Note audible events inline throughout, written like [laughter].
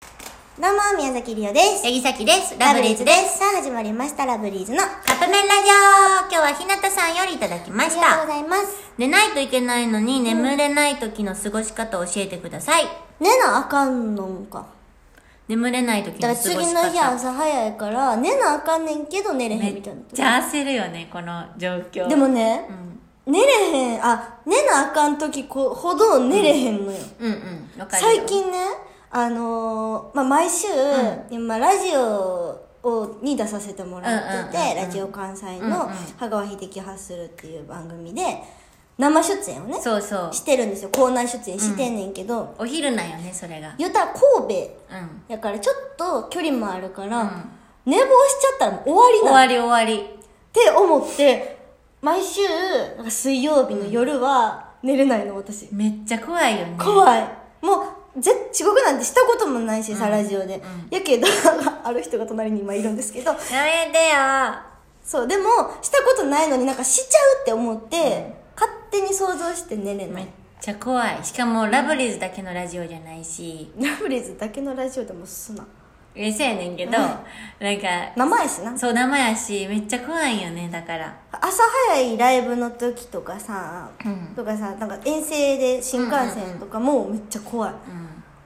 どうも、宮崎りおです。八木崎です。ラブリーズです。す。さあ、始まりました、ラブリーズの。あカップ麺ラジオ今日はひなたさんよりいただきまりしがとうた。ございます。寝ないといけないのに眠れない時の過ごし方を教えてください。寝なあかんのんか。眠れない時のだ過からごし次方。の日朝早いから、寝なあかんねんけど寝れへんめみったいな。ちゃ焦るよね、この状況。でもねう、ん。寝れへん、あ、寝なあかん時こほど寝れへんのよ。うんうん。わかるよ最。近ね、あのーまあ、毎週、今、ラジオ、をに出させてもらってて、うんうんうんうんラジオ関西うんうのん「羽川秀樹発する」っていう番組で生出演をねそうそう。してるんですよ校内出演してんねんけど、お昼なんよね、それが。言うたら神戸うん。やからちょっと距離もあるから、うん寝坊しちゃったら終わり終だわっり終わり。て思って毎週なんか水曜日の夜は寝れないの私、めっちゃ怖いよね。怖いもうぜ地獄なんてしたこともないしさ、ラジオで、やけど [laughs] ある人が隣に今いるんですけどやめてよ。そうでもしたことないのになんかしちゃうって思って、勝手に想像して寝れなめいっちゃ怖い。しかも、ラブリーズだけのラジオじゃないし。ラブリーズだけのラジオでもすなえ、そうやねんけど、なんか、生やしなそう生やしめっちゃ怖いよねだから朝早いライブの時とかさ、うんとかさなんか遠征で新幹線とかもうめっちゃ怖い、うん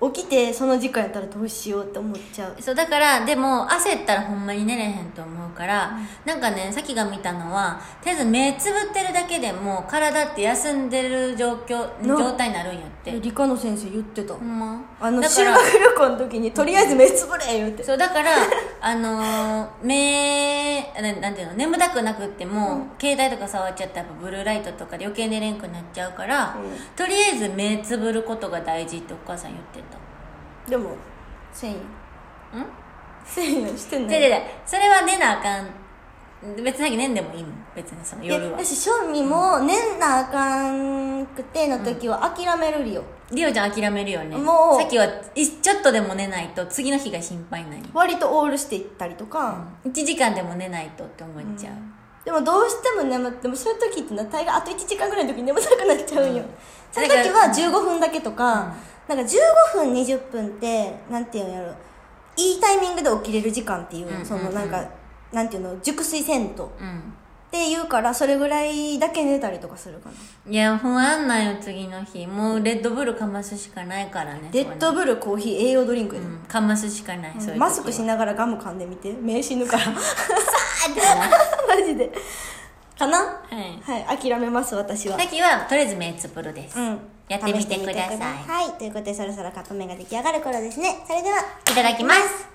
起きてその時間やったらどうしようって思っちゃうそうだからでも焦ったらほんまに寝れへんと思うから、なんかねさっきが見たのはとりあえず目つぶってるだけでも体って休んでる状況な状態になるんやってえ理科の先生言ってた、ほんまあのだか修ら学旅行の時にとりあえず目つぶれ言うてそうだから [laughs] あのー目ななんていうの眠たくなくっても、携帯とか触っちゃったらやっぱブルーライトとかで余計寝れんくなっちゃうから、うんとりあえず目つぶることが大事ってお母さん言ってたでもせんよんせんよしてなでいででそれは寝なあかん別に寝んでもいいもん別にその夜はで私正味も寝なあかんくての時は諦めるりよ、リオちゃん諦めるよねもうさっきはいちょっとでも寝ないと次の日が心配ない割とオールしていったりとか、 1時間でも寝ないとって思っちゃう、でもどうしても眠ってもそういう時ってのは大概あと1時間ぐらいの時に眠たくなっちゃうんよ、その時だはか15分だけとか、なんか15分20分ってなんていうんやろいいタイミングで起きれる時間っていう、うんうんうんそのなんかなんていうの熟睡せんとっうんていうからそれぐらいだけ寝たりとかするかないや不安なんよ次の日もうレッドブルかますしかないからねデッドブブルコーヒー栄養ドリンクやで、ル、うん、かますしかない、そういうマスクしなながらガム噛んでみて名刺ぬ [laughs] からいは [laughs] マジでかないはい諦めます私はさっきはとりあえず目つぶるです、うんやってみてくださいはいということでそろそろカップ麺が出来上がる頃ですねそれではいただきます